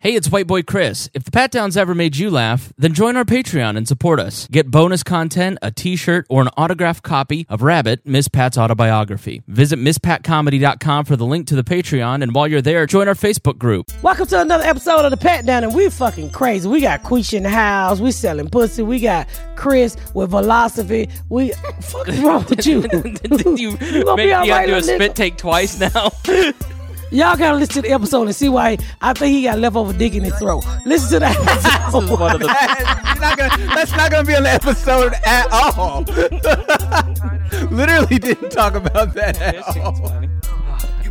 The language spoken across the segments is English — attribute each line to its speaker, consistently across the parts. Speaker 1: Hey, it's White Boy Chris. If the Pat Downs ever made you laugh, then join our Patreon and support us. Get bonus content, a t shirt, or an autographed copy of Rabbit, Miss Pat's autobiography. Visit MissPatComedy.com for the link to the Patreon, and while you're there, join our Facebook group.
Speaker 2: Welcome to another episode of the Pat Down, and we fucking crazy. We got Queesh in the house. We selling pussy. We got Chris with philosophy. We fuck is wrong with you?
Speaker 1: Did you
Speaker 2: gonna
Speaker 1: make
Speaker 2: be all
Speaker 1: Dion
Speaker 2: right,
Speaker 1: do a
Speaker 2: little
Speaker 1: spit
Speaker 2: nigga.
Speaker 1: take twice now?
Speaker 2: Y'all gotta listen to the episode and see why I think he got leftover dick in his throat. Listen to that.
Speaker 1: one of the-
Speaker 3: You're not gonna- that's not going to be on the episode at all. Literally didn't talk about that at all.
Speaker 4: You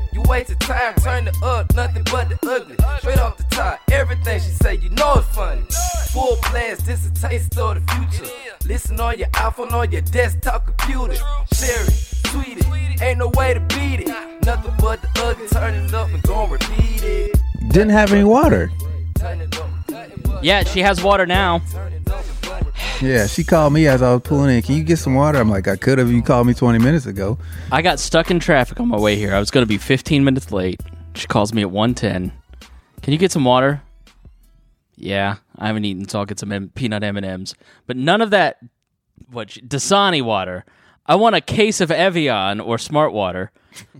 Speaker 4: You wasted time, turn the up, nothing but the ugly. Straight off the top, everything she say, you know it's funny. Full blast, this a taste of the future. Listen on your iPhone, on your desktop computer. Share it, tweet it, ain't no way to beat it. Nothing but the ugly, turn it up and gon' repeat it.
Speaker 3: Didn't have any water.
Speaker 4: Turn it up, nothing but,
Speaker 1: yeah, she has water now.
Speaker 4: turn it up, but
Speaker 3: Yeah, she called me as I was pulling in. Can you get some water? I'm like, I could have. You called me 20 minutes ago.
Speaker 1: I got stuck in traffic on my way here. I was going to be 15 minutes late. She calls me at 1:10. Can you get some water? Yeah, I haven't eaten, so I'll get some M- peanut M&Ms. But none of that what Dasani water. I want a case of Evian or Smart Water.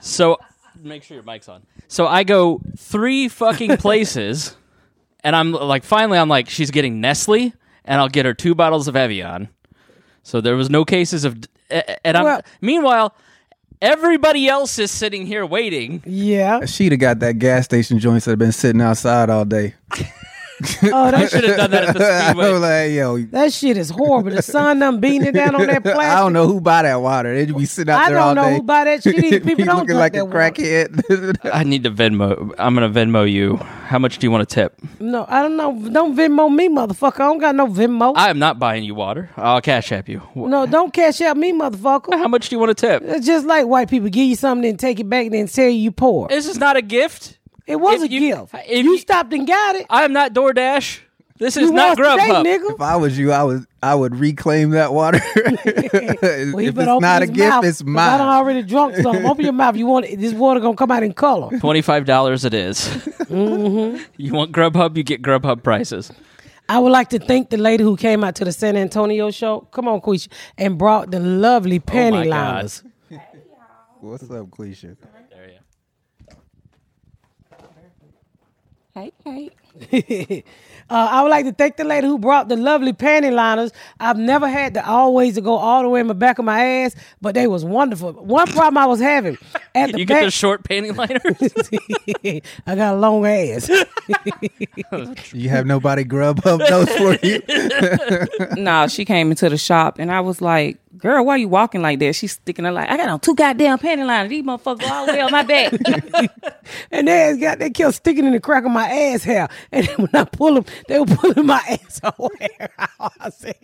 Speaker 1: so make sure your mic's on. So I go three fucking places, and I'm like, finally, I'm like, she's getting Nestle, and I'll get her two bottles of Evian. So there was no cases of, and I'm.
Speaker 2: Well-
Speaker 1: meanwhile, everybody else is sitting here waiting.
Speaker 2: yeah.
Speaker 3: She'd have got that gas station joints that have been sitting outside all day.
Speaker 2: Oh,
Speaker 1: I
Speaker 2: that,
Speaker 1: should have done that at the
Speaker 3: I was
Speaker 1: speedway.
Speaker 3: like, yo.
Speaker 2: that shit is horrible. The sun done beating it down on that plastic.
Speaker 3: I don't know who buy that water. They'd be sitting out
Speaker 2: I
Speaker 3: there
Speaker 2: don't
Speaker 3: all
Speaker 2: know
Speaker 3: day.
Speaker 2: who buy that shit either.
Speaker 3: Be
Speaker 2: People don't
Speaker 3: looking
Speaker 2: drink
Speaker 3: like a
Speaker 2: that water.
Speaker 3: crackhead.
Speaker 1: I need to Venmo. I'm gonna Venmo you. How much do you want to tip?
Speaker 2: No, I don't know. Don't Venmo me, motherfucker. I don't got no Venmo.
Speaker 1: I am not buying you water. I'll cash app you. Wh-
Speaker 2: no, don't cash out me, motherfucker.
Speaker 1: How much do you want to tip?
Speaker 2: It's just like white people give you something and take it back and then tell you you poor.
Speaker 1: This is not a gift.
Speaker 2: It was
Speaker 1: if
Speaker 2: a
Speaker 1: you-
Speaker 2: gift.
Speaker 1: if
Speaker 2: you
Speaker 1: you-
Speaker 2: stopped and got it.
Speaker 1: I am not DoorDash. This is
Speaker 2: you
Speaker 1: not
Speaker 2: lost today,
Speaker 1: Grubhub.
Speaker 3: If
Speaker 2: nigga.
Speaker 3: I was you, I was I would reclaim that water.
Speaker 2: Well, he
Speaker 3: if it's
Speaker 2: better open
Speaker 3: not a
Speaker 2: his
Speaker 3: gift,
Speaker 2: mouth,
Speaker 3: it's
Speaker 2: 'cause I
Speaker 3: mine.
Speaker 2: done already drunk some. open your mouth. You want it. this water gonna come out in color?
Speaker 1: Twenty-five dollars it is. You want Grubhub? You get Grubhub prices. Oh
Speaker 2: I would like to thank the lady who came out to the San Antonio show. Come on, Quisha, and brought the lovely
Speaker 1: Oh my
Speaker 2: panty
Speaker 1: God.
Speaker 2: liners.
Speaker 3: What's up, Quisha?
Speaker 1: There you
Speaker 5: Hey, hey.
Speaker 2: uh, I would like to thank the lady who brought the lovely panty liners. I've never had the always to go all the way in the back of my ass, but they was wonderful. One problem I was having at the
Speaker 1: You get
Speaker 2: back,
Speaker 1: the short panty liners.
Speaker 2: I got a long ass.
Speaker 3: You have nobody grub up those for you.
Speaker 5: no, she came into the shop and I was like, girl, why you walking like that? She's sticking her like, I got on two goddamn panty liners. These motherfuckers go all the way on my back.
Speaker 2: and they ass got they kept sticking in the crack of my ass hair. And then when I pull them, they were pulling my asshole hair out. I said,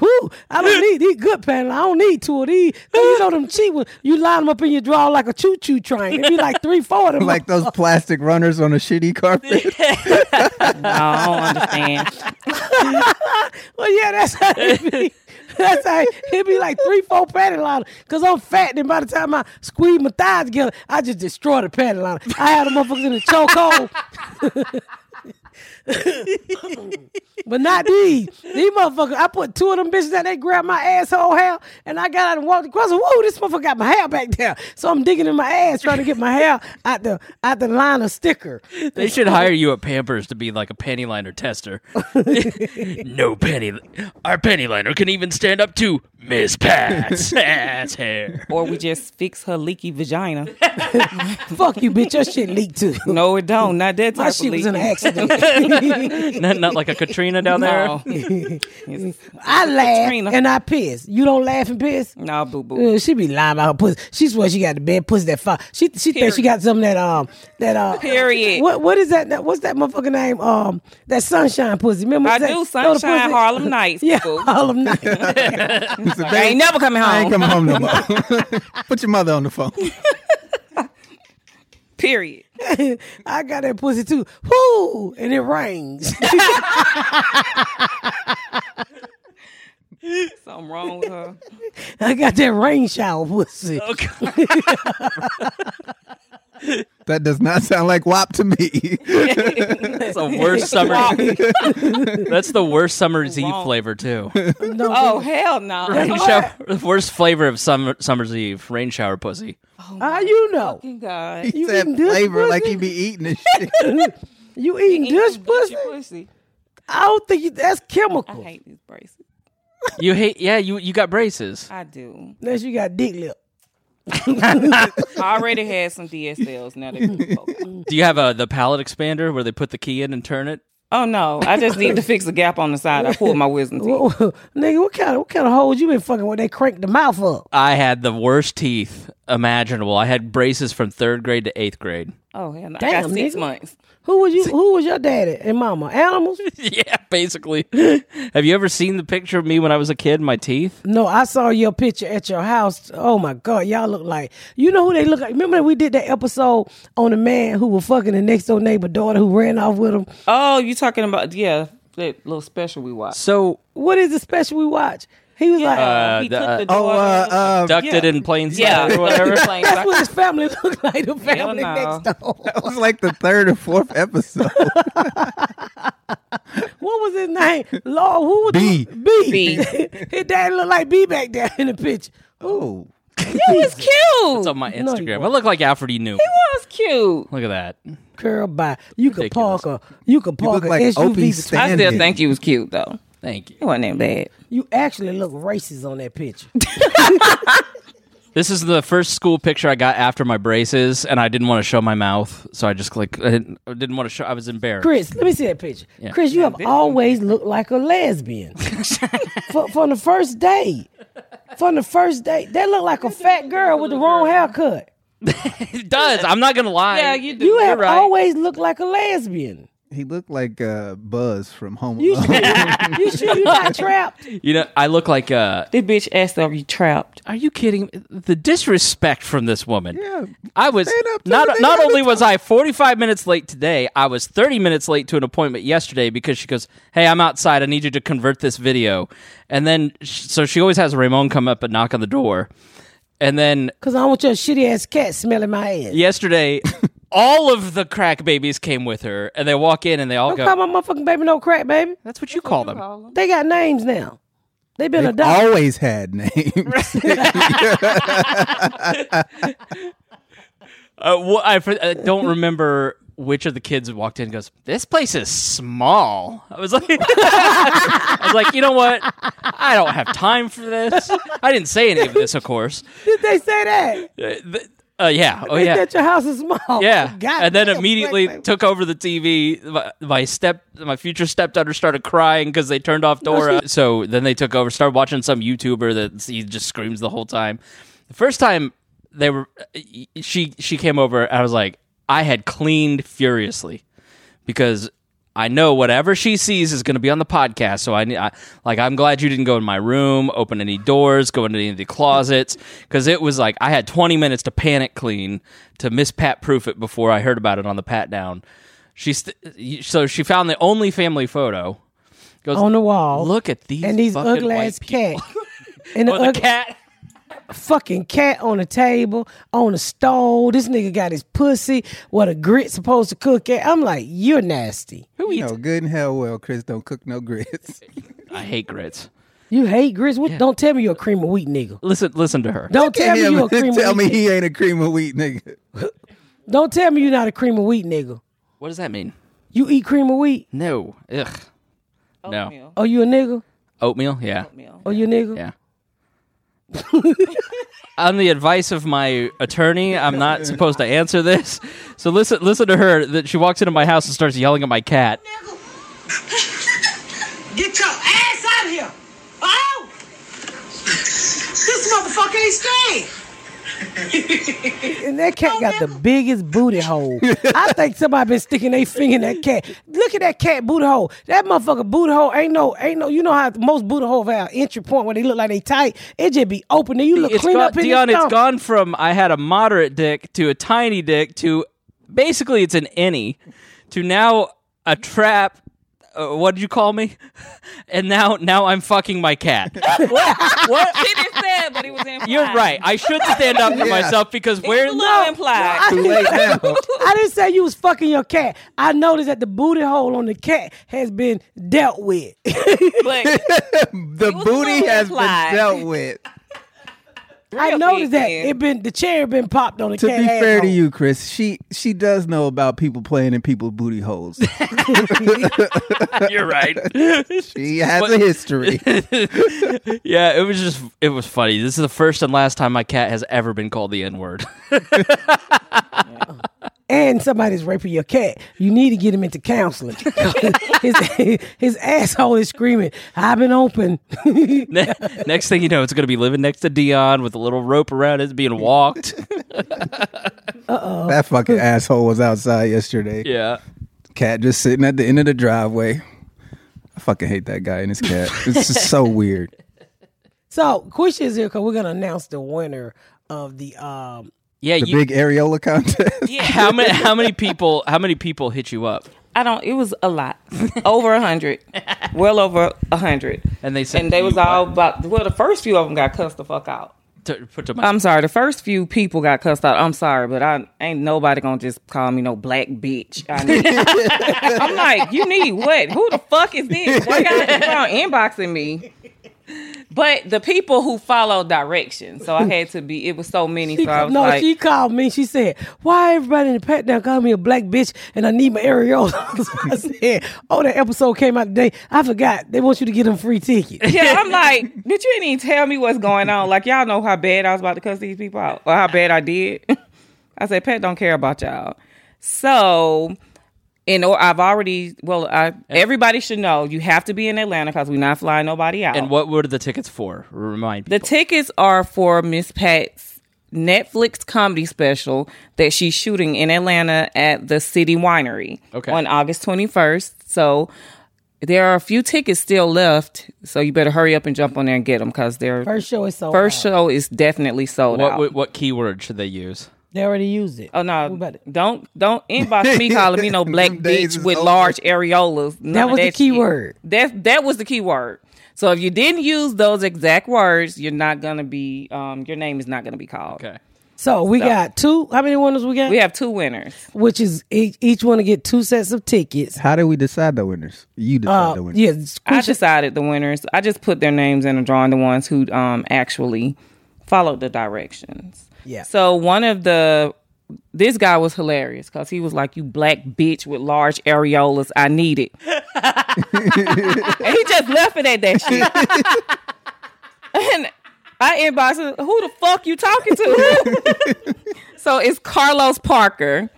Speaker 2: "Whoo! I don't need these good panties. I don't need two of these. 'Cause you know them cheap ones. You line them up in your drawer like a choo-choo train. It'd be like three, four of them.
Speaker 3: like those plastic runners on a shitty carpet.
Speaker 5: no, I don't understand.
Speaker 2: Well, yeah, that's how it be. That's how it- it be like three, four panty liner. Cause I'm fat, and by the time I squeeze my thighs together, I just destroy the panty liner. I had them motherfuckers in a chokehold. but not these. These motherfuckers, I put two of them bitches down, they grabbed my asshole hair, and I got out and walked across. and Whoa, this motherfucker got my hair back there. So I'm digging in my ass trying to get my hair out the out the liner sticker.
Speaker 1: They should hire you at Pampers to be like a panty liner tester. no panty. Our panty liner can even stand up to Miss Pat's ass hair.
Speaker 5: Or we just fix her leaky vagina.
Speaker 2: Fuck you, bitch. Your shit leaked too.
Speaker 5: No, it don't. Not that type
Speaker 2: My
Speaker 5: of
Speaker 2: shit was
Speaker 5: leak.
Speaker 2: an accident.
Speaker 1: Not, not like a Katrina down there.
Speaker 5: No. It's-
Speaker 2: I laugh
Speaker 5: Katrina.
Speaker 2: and I piss. You don't laugh and piss?
Speaker 5: no, boo boo.
Speaker 2: Uh, she be lying about her pussy. She swear she got the bad pussy that far. She she thinks she got something that um that uh
Speaker 5: Period.
Speaker 2: What what is that? that- What's that motherfucking name? Um, that sunshine pussy. Remember
Speaker 5: I
Speaker 2: that,
Speaker 5: do
Speaker 2: throw the
Speaker 5: sunshine
Speaker 2: pussy-
Speaker 5: Harlem Nights.
Speaker 2: Yeah,
Speaker 5: boo.
Speaker 2: Harlem Nights.
Speaker 5: I ain't never coming
Speaker 3: I ain't
Speaker 5: home.
Speaker 3: coming home no more. Put your mother on the phone.
Speaker 5: Period.
Speaker 2: I got that pussy too. Whoo! And it rains.
Speaker 5: Something wrong with her.
Speaker 2: I got that rain shower pussy.
Speaker 5: Oh,
Speaker 3: That does not sound like WAP to me.
Speaker 1: That's the worst summer. That's the worst summer's eve
Speaker 5: Wrong.
Speaker 1: flavor too.
Speaker 2: No,
Speaker 5: Oh hell no.
Speaker 1: Rain shower, the worst flavor of summer, summer's eve. Rain shower pussy.
Speaker 2: how Ah, you know?
Speaker 5: God.
Speaker 3: He
Speaker 2: You
Speaker 3: said
Speaker 2: eating this
Speaker 3: flavor like
Speaker 2: pussy?
Speaker 3: he be eating and shit.
Speaker 2: You eating this
Speaker 5: Eat
Speaker 2: pussy?
Speaker 5: your pussy.
Speaker 2: I don't think you, that's
Speaker 5: I
Speaker 2: chemical.
Speaker 5: hate these braces.
Speaker 1: You hate? Yeah, you you got braces.
Speaker 5: I do.
Speaker 2: Unless you got dick lip.
Speaker 5: I already had some DSLs. Now they really broke out.
Speaker 1: Do you have a the palate expander where they put the key in and turn it?
Speaker 5: Oh no! I just need to fix the gap on the side. I pulled my wisdom teeth.
Speaker 2: Nigga, what kind of what kind of holes you been fucking when they crank the mouth up?
Speaker 1: I had the worst teeth imaginable. I had braces from third grade to eighth grade.
Speaker 5: Oh hell no! I
Speaker 2: Damn,
Speaker 5: got six
Speaker 2: nigga.
Speaker 5: months.
Speaker 2: Who was you? Who was your daddy and mama? Animals?
Speaker 1: yeah, basically. Have you ever seen the picture of me when I was a kid? My teeth.
Speaker 2: No, I saw your picture at your house. Oh my god, y'all look like you know who they look like. Remember we did that episode on the man who was fucking the next door neighbor daughter who ran off with him.
Speaker 5: Oh, you talking about yeah? That little special we watched.
Speaker 1: So
Speaker 2: What is the special we watch? He was like,
Speaker 5: he
Speaker 1: the-
Speaker 5: took
Speaker 1: uh,
Speaker 5: the
Speaker 3: oh,
Speaker 5: door
Speaker 3: uh, uh,
Speaker 1: ducted in plain sight
Speaker 5: yeah,
Speaker 1: or whatever.
Speaker 5: Plain
Speaker 2: that's
Speaker 5: sight.
Speaker 2: what his family looked like. The family
Speaker 5: no.
Speaker 2: next door.
Speaker 3: um, that was like the third or fourth episode.
Speaker 2: What was his name? Lord, who was
Speaker 3: B.
Speaker 2: B.
Speaker 5: B.
Speaker 2: his daddy looked like B back there in the picture.
Speaker 3: Oh,
Speaker 5: It's cute.
Speaker 1: It's on my
Speaker 2: No, you
Speaker 1: Instagram. I
Speaker 2: won't.
Speaker 1: look like Alfred E. Newman.
Speaker 5: That was cute.
Speaker 1: Look at that.
Speaker 2: Curl by. You could
Speaker 1: Ridiculous.
Speaker 2: park a you could
Speaker 3: look
Speaker 2: park a
Speaker 3: like
Speaker 2: SUV.
Speaker 3: Opie
Speaker 2: between-
Speaker 5: I
Speaker 3: Standing.
Speaker 5: still think you was cute though.
Speaker 1: Thank you.
Speaker 5: It wasn't that bad.
Speaker 2: you actually look racist on that picture.
Speaker 1: This is the first school picture I got after my braces, and I didn't want to show my mouth, so I just like I didn't, I didn't want to show. I was embarrassed.
Speaker 2: Chris, let me see that picture. Chris, you have always looked like a lesbian. Fro- from the first date. From the first date. That looked like a fat girl with the wrong haircut.
Speaker 1: It does. I'm not gonna lie.
Speaker 5: Yeah, you do.
Speaker 2: You have
Speaker 1: right.
Speaker 2: always looked like a lesbian.
Speaker 3: he looked like uh, Buzz from Home
Speaker 2: You
Speaker 3: Alone.
Speaker 2: sure you, sure you not trapped?
Speaker 1: You know, I look like. Uh,
Speaker 5: This bitch asked, "Are you trapped?"
Speaker 1: are you kidding? me? The disrespect from this woman.
Speaker 3: Yeah.
Speaker 1: I was
Speaker 3: Stand up to
Speaker 1: not.
Speaker 3: the nigga
Speaker 1: Not
Speaker 3: every
Speaker 1: only was I 45 minutes late today, I was 30 minutes late to an appointment yesterday because she goes, "Hey, I'm outside. I need you to convert this video." And then, sh- so she always has Ramon come up and knock on the door, and then
Speaker 2: Because I don't want your shitty ass cat smelling my ass.
Speaker 1: yesterday all of the crack babies came with her and they walk in and they all
Speaker 2: Don't
Speaker 1: go
Speaker 2: call my motherfucking baby no crack, baby.
Speaker 1: that's what you call them
Speaker 2: They got names now. They've been
Speaker 3: They've
Speaker 2: adopted.
Speaker 3: always had names.
Speaker 1: uh, wh- I, for- I don't remember which of the kids walked in and goes this place is small i was like i was like you know what i don't have time for this i didn't say any of this of course
Speaker 2: Did they say that?
Speaker 1: uh, th- uh, yeah oh
Speaker 2: They
Speaker 1: yeah
Speaker 2: said your house is small.
Speaker 1: yeah,
Speaker 2: Oh, God
Speaker 1: and then
Speaker 2: damn,
Speaker 1: immediately
Speaker 2: Craig, baby.
Speaker 1: took over the TV. My, my step, my future stepdaughter started crying because they turned off Dora. so then they took over, started watching some YouTuber that he just screams the whole time. The first time they were, uh, she she came over. I was like, I had cleaned furiously because I know whatever she sees is going to be on the podcast. So I, ne- I like I'm glad you didn't go in my room, open any doors, go into any of the closets because it was like I had 20 minutes to panic clean to miss Pat proof it before I heard about it on the pat down. She st- so she found the only family photo. Goes
Speaker 2: on the wall.
Speaker 1: Look at these
Speaker 2: and these
Speaker 1: fucking
Speaker 2: ugly
Speaker 1: white
Speaker 2: ass
Speaker 1: people."
Speaker 2: cat. And the,
Speaker 1: Oh, the
Speaker 2: ugly
Speaker 1: cat.
Speaker 2: fucking cat on the table, on the stove. This nigga got his pussy where the grit's supposed to cook at. I'm like, you're nasty.
Speaker 1: Who
Speaker 3: no,
Speaker 1: eats?
Speaker 3: good and hell well, Chris don't cook no grits.
Speaker 1: I hate grits.
Speaker 2: You hate grits. What, Don't tell me you're a cream of wheat nigga.
Speaker 1: Listen, listen to her.
Speaker 2: Don't tell me
Speaker 3: Him,
Speaker 2: you're a cream
Speaker 3: tell
Speaker 2: of
Speaker 3: me
Speaker 2: wheat.
Speaker 3: he ain't a cream of wheat nigga.
Speaker 2: Don't tell me you're not a cream of wheat nigga.
Speaker 1: What does that mean?
Speaker 2: You eat cream of wheat?
Speaker 1: No. Ugh. No.
Speaker 5: Oatmeal.
Speaker 2: Are you a nigga?
Speaker 1: Oatmeal. Yeah.
Speaker 5: Oatmeal.
Speaker 2: Are you a nigga?
Speaker 1: Yeah. on the advice of my attorney, I'm not supposed to answer this. So listen, listen to her. That she walks into my house and starts yelling at my cat.
Speaker 6: Get your ass out of here! Oh! This motherfucker ain't staying!
Speaker 2: And that
Speaker 3: Oh,
Speaker 2: cat got the biggest booty hole. I think somebody been sticking their finger in that cat. Look at that cat booty hole. That motherfucker booty hole ain't no, ain't no. You know how most booty holes have entry point where they look like they tight. It just be open and you look
Speaker 1: It's
Speaker 2: clean
Speaker 1: gone,
Speaker 2: up in
Speaker 1: Dion.
Speaker 2: your
Speaker 1: It's
Speaker 2: stomach.
Speaker 1: gone from I had a moderate dick to a tiny dick to basically it's an any to now a trap. Uh, what did you call me? And now, now I'm fucking my cat.
Speaker 5: What? He didn't say it, but it was implied.
Speaker 1: You're right. I should stand up for
Speaker 3: Yeah.
Speaker 1: myself because
Speaker 5: It was
Speaker 1: where
Speaker 5: a little implied.
Speaker 2: I
Speaker 3: Too late now.
Speaker 2: I didn't say you was fucking your cat. I noticed that the booty hole on the cat has been dealt with.
Speaker 5: but
Speaker 3: The
Speaker 5: was
Speaker 3: booty
Speaker 5: little
Speaker 3: has
Speaker 5: implied.
Speaker 3: been dealt with.
Speaker 2: I
Speaker 5: Real
Speaker 2: noticed
Speaker 5: big
Speaker 2: that
Speaker 5: man.
Speaker 2: it been the cherry been popped on the
Speaker 3: To
Speaker 2: cat.
Speaker 3: be fair to
Speaker 2: asshole.
Speaker 3: you, Chris, she she does know about people playing in people's booty holes.
Speaker 1: you're right.
Speaker 3: She has a history.
Speaker 1: Yeah, it was just it was funny. This is the first and last time my cat has ever been called the N word.
Speaker 2: and somebody's raping your cat, you need to get him into counseling. his, his asshole is screaming, I've been open.
Speaker 1: Ne- next thing you know, it's going to be living next to Dion with a little rope around it, being walked.
Speaker 2: Oh.
Speaker 3: that fucking asshole was outside yesterday.
Speaker 1: yeah,
Speaker 3: Cat just sitting at the end of the driveway. I fucking hate that guy and his cat. It's just so weird.
Speaker 2: so, Quisha is here because we're going to announce the winner of the. um
Speaker 1: yeah.
Speaker 3: The
Speaker 1: You,
Speaker 3: big areola contest.
Speaker 1: how many how many people how many people hit you up
Speaker 5: I don't. It was a lot. Over a hundred. Well over a hundred.
Speaker 1: and they said
Speaker 5: And they
Speaker 1: you
Speaker 5: was all
Speaker 1: what?
Speaker 5: about. Well, the first few of them got cussed the fuck out.
Speaker 1: To- put to my-
Speaker 5: I'm sorry. The first few people got cussed out. I'm sorry, but I ain't nobody gonna just call me no black bitch. I need, I'm like, you need what? Who the fuck is this? Why y'all keep on inboxing me? But the people who follow directions, so I had to be. It was so many.
Speaker 2: she-
Speaker 5: so I was
Speaker 2: no,
Speaker 5: like,
Speaker 2: she called me. She said, "Why everybody in the pat down called me a black bitch and I need my areola?" so I said, "Oh, that episode came out today. I forgot. They want you to get them free tickets."
Speaker 5: Yeah, I'm like, did you even tell me what's going on? Like, y'all know how bad I was about to cuss these people out, or how bad I did. I said, Pat don't care about y'all. So, and or I've already, well, I, everybody should know you have to be in Atlanta because we're not flying nobody out.
Speaker 1: and what were the tickets for? Remind
Speaker 5: the
Speaker 1: people.
Speaker 5: tickets are for Miss Pat's Netflix comedy special that she's shooting in Atlanta at the City Winery
Speaker 1: Okay.
Speaker 5: on August 21st. So there are a few tickets still left, so you better hurry up and jump on there and get them because their first,
Speaker 2: First show is so
Speaker 5: show is definitely sold
Speaker 1: what
Speaker 5: out.
Speaker 1: what, what keyword should they use?
Speaker 2: They already used it.
Speaker 5: Oh no!
Speaker 2: We better-
Speaker 5: Don't don't inbox me calling me no black
Speaker 3: Them days
Speaker 5: bitch
Speaker 3: is
Speaker 5: with
Speaker 3: over.
Speaker 5: large areolas. None
Speaker 2: That
Speaker 5: of
Speaker 2: was the key
Speaker 5: shit.
Speaker 2: word.
Speaker 5: That that was the key word. So if you didn't use those exact words, you're not gonna be um your name is not gonna be called.
Speaker 1: Okay,
Speaker 2: So we got two. How many winners we got?
Speaker 5: We have two winners.
Speaker 2: which is each, each one to get two sets of tickets.
Speaker 3: How did we decide the winners? You decide
Speaker 2: Uh,
Speaker 3: the winners.
Speaker 2: yeah,
Speaker 5: I
Speaker 2: Quisha-
Speaker 5: decided the winners. I just put their names in a drawing, the ones who um actually followed the directions.
Speaker 2: Yeah.
Speaker 5: So one of the this guy was hilarious because he was like, "You black bitch with large areolas, I need it," and he just left it at that shit. and I inboxed, him, "Who the fuck you talking to?" so it's Carlos Parker.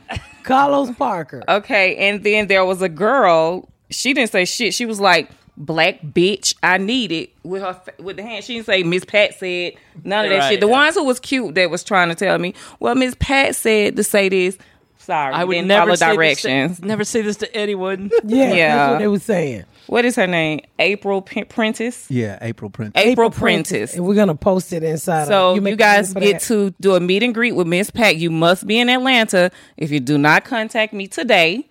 Speaker 2: Carlos Parker.
Speaker 5: Okay, and then there was a girl. She didn't say shit. She was like, "Black bitch, I need it." With her fa- with the hand, she didn't say. Miss Pat said none of that
Speaker 1: Right.
Speaker 5: shit. The ones who was cute that was trying to tell me, well, Miss Pat said to say this. Sorry,
Speaker 1: I would
Speaker 5: didn't
Speaker 1: never
Speaker 5: follow
Speaker 1: say
Speaker 5: directions.
Speaker 1: This to, never say this to anyone.
Speaker 2: yeah, that's
Speaker 5: yeah.
Speaker 2: what they were saying.
Speaker 5: What is her name? April P- Prentice.
Speaker 3: Yeah, April Prince.
Speaker 5: April, Prentice.
Speaker 2: and we're gonna post it inside.
Speaker 5: So
Speaker 2: of,
Speaker 5: you,
Speaker 2: make
Speaker 5: guys
Speaker 2: room for
Speaker 5: get
Speaker 2: that?
Speaker 5: to do a meet and greet with Miss Pat. You must be in Atlanta. If you do not contact me today,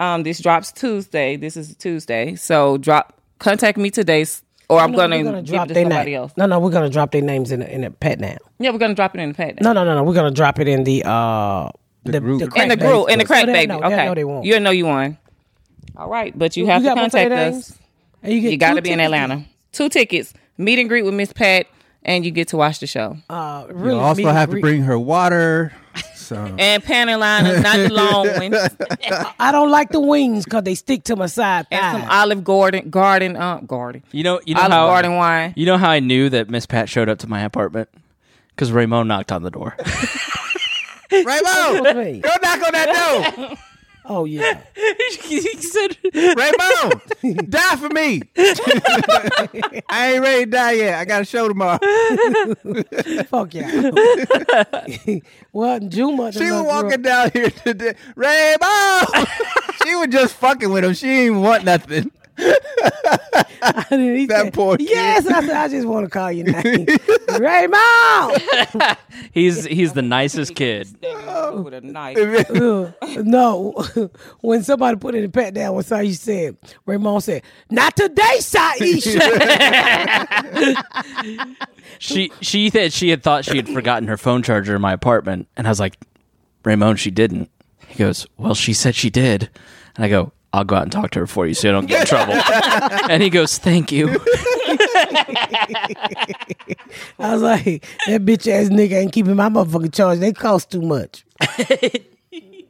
Speaker 5: um, this drops Tuesday. This is Tuesday. So drop contact me today, s- or I'm
Speaker 2: No,
Speaker 5: gonna,
Speaker 2: we're
Speaker 5: give it to
Speaker 2: their
Speaker 5: somebody
Speaker 2: name.
Speaker 5: else.
Speaker 2: No, no, we're gonna drop their names in the, in the pet now.
Speaker 5: Yeah, we're gonna drop it in the Pat.
Speaker 2: No, no, no, no, we're gonna drop it in the uh the,
Speaker 3: group.
Speaker 2: the
Speaker 3: In
Speaker 5: in the
Speaker 2: crack
Speaker 5: group,
Speaker 2: baby.
Speaker 5: in the
Speaker 2: So
Speaker 5: crack
Speaker 2: they'll
Speaker 5: baby.
Speaker 2: know. They'll
Speaker 5: okay,
Speaker 2: know they won't.
Speaker 5: you know you won. All right, but you, have
Speaker 2: got
Speaker 5: to
Speaker 2: both of their
Speaker 5: contact us.
Speaker 2: names? And you get
Speaker 5: You got
Speaker 2: two
Speaker 5: to be in
Speaker 2: tickets.
Speaker 5: Atlanta. Two tickets, meet and greet with Miss Pat, and you get to watch the show.
Speaker 2: Uh,
Speaker 3: You
Speaker 2: really
Speaker 3: also
Speaker 2: meet and
Speaker 3: have to
Speaker 2: greet.
Speaker 3: bring her water, So
Speaker 5: And panty line is not the long one.
Speaker 2: I don't like the wings because they stick to my side
Speaker 5: And some
Speaker 2: thigh.
Speaker 5: Olive Garden, Garden, uh, Garden,
Speaker 1: You know, you know
Speaker 5: Olive
Speaker 1: how
Speaker 5: Garden wine.
Speaker 1: you know how I knew that Miss Pat showed up to my apartment because Raymond knocked on the door.
Speaker 3: Rainbow,
Speaker 2: Hey.
Speaker 3: go knock on that door.
Speaker 2: Oh yeah,
Speaker 1: he said,
Speaker 3: Raymond, die for me. I ain't ready to die yet. I got a show tomorrow.
Speaker 2: fuck yeah. well, Juma. the
Speaker 3: She was
Speaker 2: little girl-
Speaker 3: walking down here today. Rainbow. she was just fucking with him. She didn't want nothing.
Speaker 2: And then he
Speaker 3: That
Speaker 2: said,
Speaker 3: poor kid.
Speaker 2: Yes, I said, I just want to call your name, Raymond.
Speaker 1: "He's he's the nicest kid."
Speaker 5: with a knife.
Speaker 2: no, when somebody put in a pat down, what you said? Raymond said, "Not today, Saisha."
Speaker 1: She she said she had thought she had forgotten her phone charger in my apartment, and I was like, "Raymond, she didn't." He goes, "Well, she said she did," and I go, "I'll go out and talk to her for you, so you don't get in trouble." and he goes, "Thank you."
Speaker 2: I was like, "That bitch ass nigga ain't keeping my motherfucking charge. They cost too much."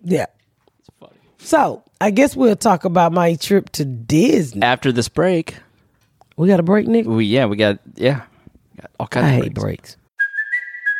Speaker 2: yeah. So I guess we'll talk about my trip to Disney.
Speaker 1: After this break,
Speaker 2: We got a break, Nick.
Speaker 1: we yeah we got yeah got all kinds
Speaker 2: I
Speaker 1: of
Speaker 2: hate
Speaker 1: breaks.
Speaker 2: breaks.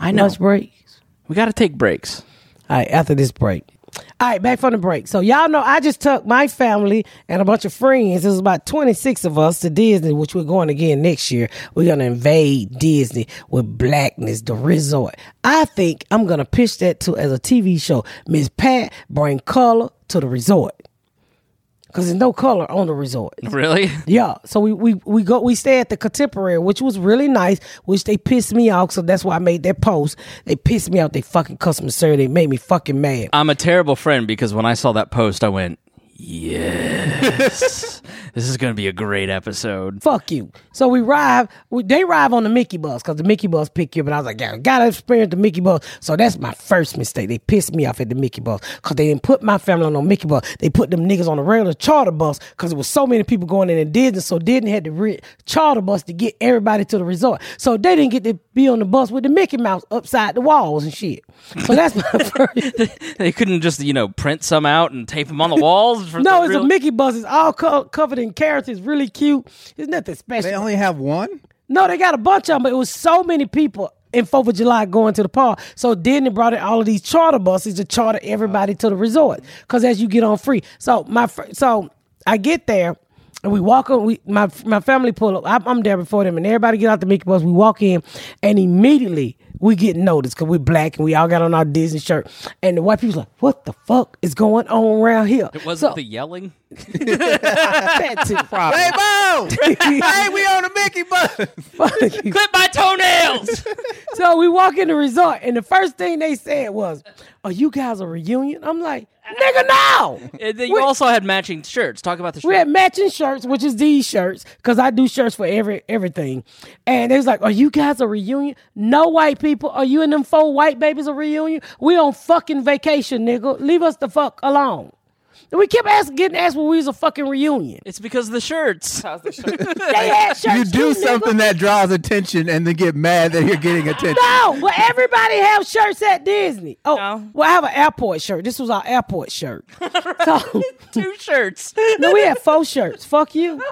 Speaker 1: I know
Speaker 2: Much breaks.
Speaker 1: we got to take breaks.
Speaker 2: All right, after this break. All right, back from the break. So y'all know I just took my family and a bunch of friends. It was about twenty six of us to Disney, which we're going again next year. We're gonna invade Disney with Blackness, the resort. I think I'm gonna pitch that to as a TV show. Miss Pat bring color to the resort because there's no color on the resort.
Speaker 1: Really?
Speaker 2: Yeah, so we, we we go we stay at the Contemporary, which was really nice. Which they pissed me off, so that's why I made that post. They pissed me off. They fucking customer service. They made me fucking mad.
Speaker 1: I'm a terrible friend because when I saw that post, I went, "Yes, this is going to be a great episode."
Speaker 2: Fuck you. So we arrive. We, they arrive on the Mickey bus because the Mickey bus pick you up, and I was like, yeah, gotta experience the Mickey bus. So that's my first mistake. They pissed me off at the Mickey bus because they didn't put my family on no Mickey bus. They put them niggas on a regular charter bus because there was so many people going in and Disney, so Disney had to re- charter bus to get everybody to the resort. So they didn't get to be on the bus with the Mickey Mouse upside the walls and shit. So that's my first.
Speaker 1: They couldn't just, you know, print some out and tape them on the walls. For
Speaker 2: No,
Speaker 1: the
Speaker 2: it's
Speaker 1: real-
Speaker 2: a Mickey bus. It's all co- covered in carrots. It's really cute. It's nothing special.
Speaker 3: They only have one.
Speaker 2: No, they got a bunch of them, but it was so many people in Fourth of July going to the park. So Disney brought in all of these charter buses to charter everybody to the resort because as you get on free. So my fr- so I get there. And we walk on. We my my family pull up. I'm, I'm there before them, and everybody get out the Mickey bus. We walk in, and immediately we get noticed because we're black and we all got on our Disney shirt. And the white people's like, "What the fuck is going on around here?"
Speaker 1: It wasn't
Speaker 2: So-
Speaker 1: the yelling.
Speaker 2: that too.
Speaker 3: Rainbow. hey, we on the Mickey bus.
Speaker 2: Fuck you.
Speaker 1: Clip my toenails.
Speaker 2: So we walk in the resort, and the first thing they said was, "Are you guys a reunion?" I'm like, "Nigga, no."
Speaker 1: And then you also had matching shirts. Talk about the
Speaker 2: We
Speaker 1: shirt.
Speaker 2: had matching shirts, which is these shirts, because I do shirts for every everything. And they was like, "Are you guys a reunion? No white people. Are you and them four white babies a reunion? We on fucking vacation, nigga. Leave us the fuck alone." And we kept asking, getting asked when we was a fucking reunion.
Speaker 1: It's because of the shirts.
Speaker 2: They had shirts.
Speaker 3: You do
Speaker 2: too, nigga.
Speaker 3: something that draws attention and then get mad that you're getting attention.
Speaker 2: No, well, everybody have shirts at Disney. Oh,
Speaker 5: No.
Speaker 2: well, I have an airport shirt. This was our airport shirt. So,
Speaker 1: Two shirts.
Speaker 2: no, we had four shirts. Fuck you.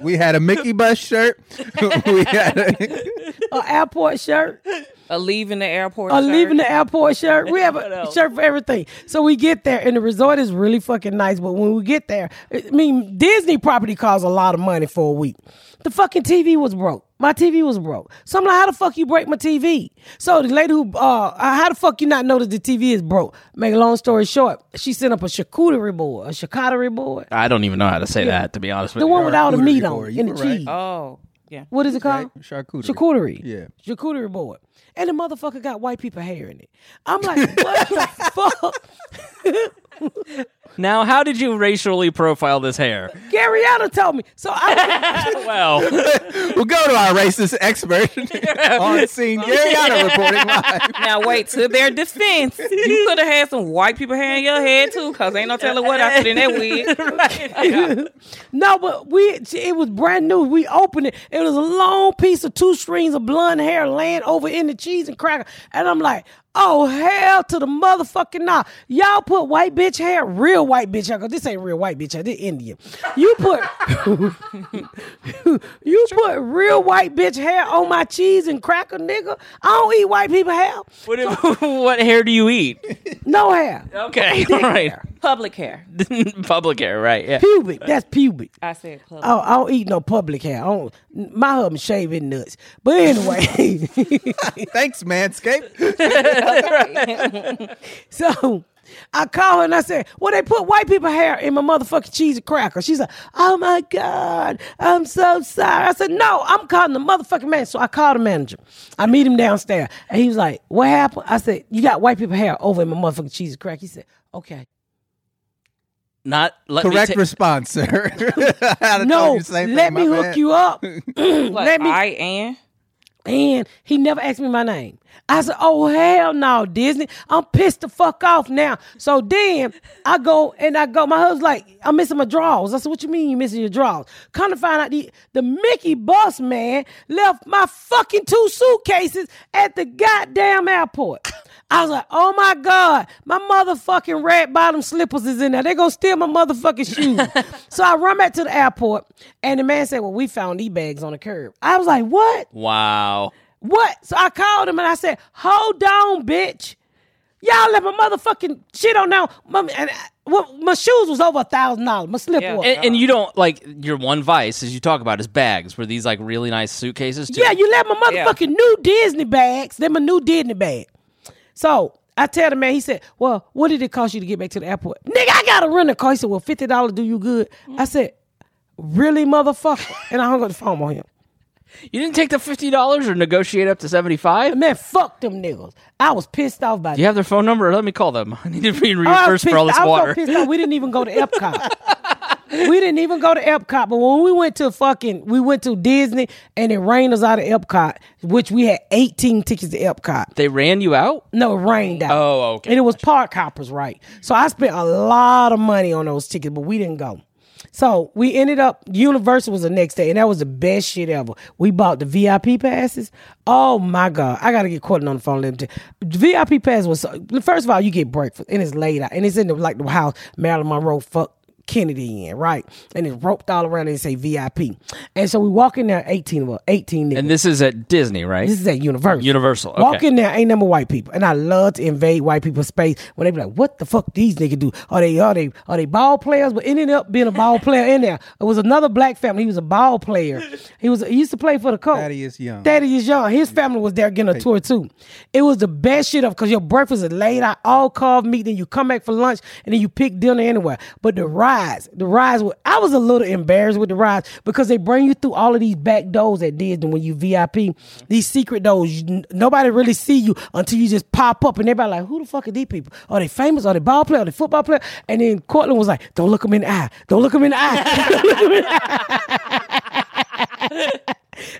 Speaker 3: We had a Mickey bus shirt. we had a,
Speaker 2: An airport shirt,
Speaker 5: A leaving the airport.
Speaker 2: a
Speaker 5: shirt.
Speaker 2: leaving the airport shirt. We have
Speaker 5: What
Speaker 2: a
Speaker 5: else?
Speaker 2: shirt for everything. So we get there, and the resort is really fucking nice. But when we get there, I mean, Disney property costs a lot of money for a week. The fucking TV was broke. My TV was broke. So I'm like, how the fuck you break my TV? So the lady who, uh, how the fuck you not notice the TV is broke? Make a long story short, she sent up a charcuterie board, a charcuterie board.
Speaker 1: I don't even know how to say that, to be honest with
Speaker 2: The
Speaker 1: you.
Speaker 2: one with all the
Speaker 3: charcuterie
Speaker 2: meat on
Speaker 3: board.
Speaker 2: it
Speaker 3: You
Speaker 2: and the
Speaker 3: were right.
Speaker 2: cheese.
Speaker 5: Oh, Yeah.
Speaker 2: What is it called?
Speaker 3: Right? Charcuterie.
Speaker 2: Charcuterie.
Speaker 3: Yeah.
Speaker 2: Charcuterie board. And the motherfucker got white people hair in it. I'm like, what the fuck?
Speaker 1: Now, how did you racially profile this hair?
Speaker 2: Garyetta told me. So I
Speaker 1: Well,
Speaker 3: We'll go to our racist expert on scene, Garyana reporting live.
Speaker 5: Now wait, to their defense, you could have had some white people hair in your head too, cause ain't no telling what I put in that wig.
Speaker 2: No, but we it was brand new. We opened it. It was a long piece of two strings of blonde hair laying over in the cheese and cracker. And I'm like, oh hell to the motherfucking nah. Y'all put white bitch hair, real white bitch hair, 'cause this ain't real white bitch hair, this Indian. You put you put real white bitch hair on my cheese and cracker, nigga. I don't eat white people hair.
Speaker 1: what, what hair do you eat?
Speaker 2: No hair.
Speaker 1: Okay, all right.
Speaker 5: Public hair.
Speaker 1: Public hair, right? Yeah.
Speaker 2: Pubic. That's pubic.
Speaker 5: I said public.
Speaker 2: Oh, I don't eat no public hair. I don't, my husband shaving nuts. But anyway,
Speaker 3: Thanks, Manscaped.
Speaker 2: so I call her and I said, "Well, they put white people hair in my motherfucking cheese and cracker." She's like, "Oh my god, I'm so sorry." I said, "No, I'm calling the motherfucking manager." So I called the manager. I meet him downstairs, and he was like, "What happened?" I said, "You got white people hair over in my motherfucking cheese and cracker." He said, "Okay."
Speaker 1: Not let
Speaker 3: Correct
Speaker 1: me ta-
Speaker 3: response, sir. I done told
Speaker 2: No,
Speaker 3: you the same
Speaker 2: let
Speaker 3: thing, my
Speaker 2: me hook
Speaker 3: bad.
Speaker 2: you up.
Speaker 5: Like,
Speaker 2: let me
Speaker 5: I am.
Speaker 2: And he never asked me my name. I said, Oh, hell no, Disney. I'm pissed the fuck off now. So then I go and I go, my husband's like, I'm missing my drawers. I said, What you mean you missing your drawers? Come to find out the, the Mickey bus man left my fucking two suitcases at the goddamn airport. I was like, oh my God, my motherfucking red bottom slippers is in there. They're gonna steal my motherfucking shoes. so I run back to the airport and the man said, Well, we found these bags on the curb. I was like, What?
Speaker 1: Wow.
Speaker 2: What? So I called him and I said, "Hold on, bitch! Y'all left my motherfucking shit on now. My, and I, well, my shoes was over a thousand dollars. My slipper
Speaker 5: Yeah.
Speaker 2: was.
Speaker 1: And, and you don't like your one vice, as you talk about, is bags. Were these like really nice suitcases? Too?
Speaker 2: yeah, you left my
Speaker 5: Yeah.
Speaker 2: motherfucking new Disney bags. They're my new Disney bag. So I tell the man. He said, "Well, what did it cost you to get back to the airport, nigga? I gotta rent a car." He said, "Well, fifty dollars do you good?" I said, "Really, motherfucker?" and I hung up the phone on him.
Speaker 1: You didn't take the fifty dollars or negotiate up to seventy five.
Speaker 2: Man, fuck them niggas. I was pissed off by
Speaker 1: Do you have their phone number? Let me call them. I need to be
Speaker 2: I
Speaker 1: reimbursed
Speaker 2: was
Speaker 1: for all
Speaker 2: pissed-
Speaker 1: this
Speaker 2: I was so
Speaker 1: water.
Speaker 2: pissed off. We didn't even go to Epcot. we didn't even go to Epcot. But when we went to fucking, we went to Disney and it rained us out of Epcot, which we had 18 tickets to Epcot.
Speaker 1: They ran you out.
Speaker 2: No, it rained out.
Speaker 1: Oh, okay.
Speaker 2: And it was park hoppers, right? So I spent a lot of money on those tickets, but we didn't go. So we ended up Universal was the next day, and that was the best shit ever. We bought the VIP passes. Oh my god, I gotta get Courtney on the phone. Let me tell you. The VIP pass was so- first of all, you get breakfast, and it's laid out, and it's in the, like the house Marilyn Monroe fucked Kennedy in, right? And it's roped all around, and it say VIP. And so we walk in there, eighteen of us, eighteen niggas.
Speaker 1: And this is at Disney, right?
Speaker 2: This is at Universal.
Speaker 1: Universal, okay.
Speaker 2: Walk in there, ain't number white people, and I love to invade white people's space when they be like, "What the fuck these niggas do? Are they are they are they ball players?" But ended up being a ball player in there. It was another black family. He was a ball player. He was he used to play for the coach.
Speaker 3: Thaddeus Young.
Speaker 2: Thaddeus Young. His family was there getting a tour too. It was the best shit up because your breakfast is laid out, all carved meat. Then you come back for lunch, and then you pick dinner anywhere. But the rides, the rides. Were, I was a little embarrassed with the rides because they bring you through all of these back doors that Disney when you VIP, these secret doors. You, n- nobody really see you until you just pop up, and everybody like, who the fuck are these people? Are they famous? Are they ball player? Are they football player? And then Cortland was like, don't look them in the eye. Don't look them in the eye. Don't look 'em in the eye.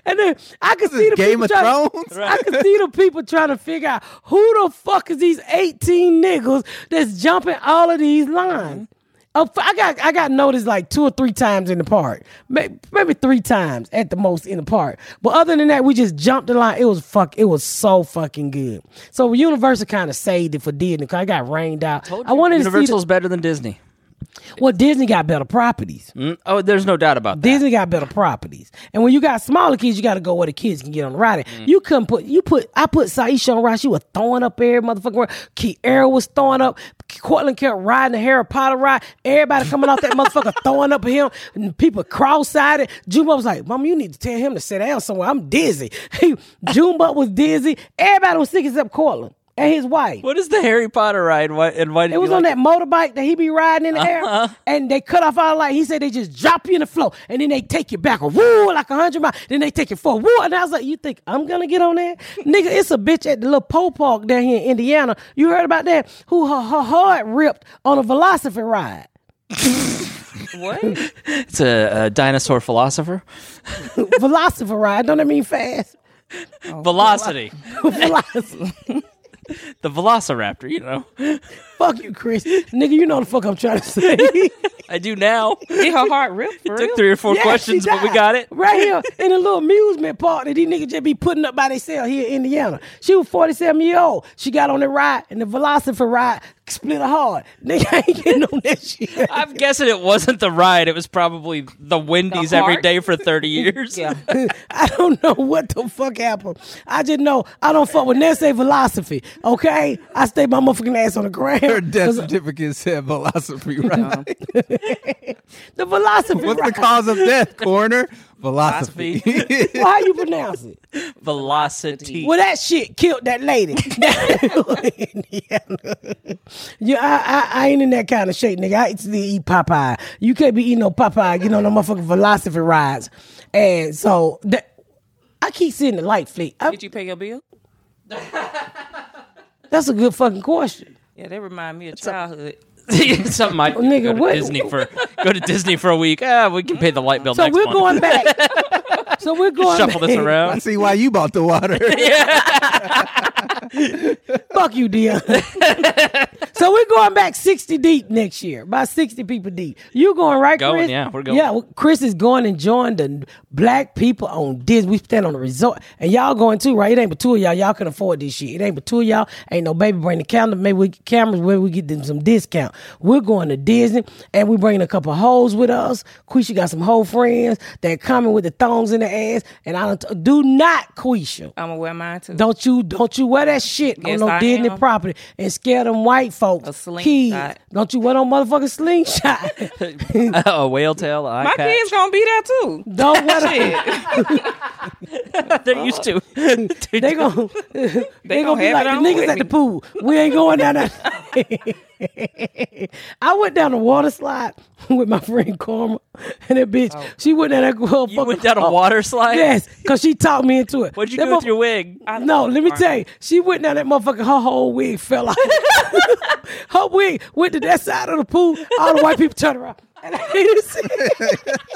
Speaker 2: And then I could see the
Speaker 3: Game
Speaker 2: people
Speaker 3: of
Speaker 2: trying,
Speaker 3: Thrones?
Speaker 2: I could see the people trying to figure out who the fuck is these eighteen niggas that's jumping all of these lines.
Speaker 3: Mm-hmm.
Speaker 2: Oh, f- I got I got noticed like two or three times in the park, May- maybe three times at the most in the park. But other than that, we just jumped the line. It was fuck. It was so fucking good. So Universal kind of saved it for Disney because I got rained out. I, wanted
Speaker 1: Universal's
Speaker 2: to
Speaker 1: better than Disney.
Speaker 2: see. The, well, Disney got better properties.
Speaker 1: Mm, Oh, there's no doubt about that.
Speaker 2: Disney got better properties, and when you got smaller kids, you got to go where the kids can get on the ride.
Speaker 1: Mm.
Speaker 2: You couldn't put you put I put Saisha on ride. She was throwing up every motherfucking ride. Kiara was throwing up. Cortland kept riding the Harry Potter ride. Everybody coming off that motherfucker throwing up at him. And people cross-eyed. Jumbo was like, "Mom, you need to tell him to sit down somewhere. I'm dizzy." Jumbo was dizzy. Everybody was sick except Cortland. and his wife.
Speaker 1: What is the Harry Potter ride? Why, and why did
Speaker 2: It was
Speaker 1: you
Speaker 2: on
Speaker 1: like
Speaker 2: that motorbike that he be riding in the air, and they cut off all the light. He said they just drop you in the floor, and then they take you back a woo like a hundred miles. Then they take you for a woo, and I was like, "You think I'm gonna get on that, nigga? It's a bitch at the little pole park down here in Indiana. You heard about that? Who her, her heart ripped on a Velociraptor ride?
Speaker 1: It's a, a dinosaur philosopher.
Speaker 2: Velociraptor ride? Don't that mean fast? Oh.
Speaker 1: Velocity.
Speaker 2: Veloci-
Speaker 1: The Velociraptor, you know.
Speaker 2: fuck you, Chris, nigga. You know the fuck I'm trying to say.
Speaker 1: I do now. It
Speaker 5: Did her heart rip? For real?
Speaker 1: took three or four
Speaker 2: Yeah,
Speaker 1: questions,
Speaker 2: she
Speaker 1: but we
Speaker 2: died.
Speaker 1: got it.
Speaker 2: Right here in a little amusement park that these niggas just be putting up by themselves here in Indiana. She was 47 years old. She got on the ride, and the Velociraptor ride split her heart. Nigga, I ain't getting on that shit.
Speaker 1: I'm guessing it wasn't the ride. It was probably the Wendy's
Speaker 5: The
Speaker 1: every
Speaker 5: heart.
Speaker 1: day for 30 years.
Speaker 5: Yeah.
Speaker 2: I don't know what the fuck happened. I just know I don't fuck with Nessie philosophy, okay? I stay my motherfucking ass on the ground.
Speaker 3: Her death
Speaker 2: 'Cause
Speaker 3: certificate said philosophy, right?
Speaker 2: The Velociraptor
Speaker 3: What's the
Speaker 2: ride.
Speaker 3: cause of death, coroner? Philosophy.
Speaker 2: Well, how you pronounce it?
Speaker 1: Velocity.
Speaker 2: Well, that shit killed that lady. yeah, I, I, I ain't in that kind of shape, nigga. I used to eat Popeye. You can't be eating no Popeye, getting on no motherfucking philosophy rides. And so that I keep seeing the light flick. I-
Speaker 5: Did you pay your bill?
Speaker 2: that's a good fucking question.
Speaker 5: Yeah, that remind me of childhood.
Speaker 1: Something I
Speaker 2: nigga,
Speaker 1: go to
Speaker 2: what-
Speaker 1: Disney for go to Disney for a week. Ah, we can pay the light bill
Speaker 2: So
Speaker 1: next
Speaker 2: we're
Speaker 1: month.
Speaker 2: going back. so we're going
Speaker 1: Shuffle this
Speaker 2: back.
Speaker 3: I
Speaker 1: around.
Speaker 3: see why you bought the water.
Speaker 2: Fuck you, dear. so we're going back 60 deep next year, about 60 people deep. You going right,
Speaker 1: Going,
Speaker 2: Chris?
Speaker 1: yeah, we're going.
Speaker 2: Yeah, well, Chris is going and joining the black people on Disney. We stand on the resort, and y'all going too, right? It ain't but two of y'all. Y'all can afford this shit. It ain't but two of y'all. Ain't no baby bring the calendar. Maybe we get cameras where we get them some discount. We're going to Disney, and we bringing a couple hoes with us. Quisha got some hoe friends that coming with the thongs in the ass, and I don't do not Quisha.
Speaker 5: I'm gonna wear mine too.
Speaker 2: Don't you don't you wear that shit
Speaker 5: Yes,
Speaker 2: on no
Speaker 5: I
Speaker 2: Disney
Speaker 5: am.
Speaker 2: property and scare them white folks.
Speaker 5: A slingshot.
Speaker 2: Kids. Don't you wear no motherfucking slingshot.
Speaker 1: a whale tail. Eye
Speaker 5: My
Speaker 1: patch.
Speaker 5: kids gonna be there too.
Speaker 2: don't wear them.
Speaker 1: They're used to. Dude,
Speaker 2: They gon' they, gonna
Speaker 5: gonna
Speaker 2: be
Speaker 5: have
Speaker 2: like
Speaker 5: it
Speaker 2: the
Speaker 5: on
Speaker 2: niggas
Speaker 5: with
Speaker 2: at the
Speaker 5: me."
Speaker 2: pool. We ain't going down that. I went down the water slide with my friend Karma and that bitch. She went down that well,
Speaker 1: you went down a water slide.
Speaker 2: Yes, cause she talked me into it.
Speaker 1: What'd you
Speaker 2: That
Speaker 1: do with
Speaker 2: motherf-
Speaker 1: your wig?
Speaker 2: No, let me tell you, she went down that motherfucker, her whole wig fell off. her wig went to that side of the pool, all the white people turned around. And I hated see it.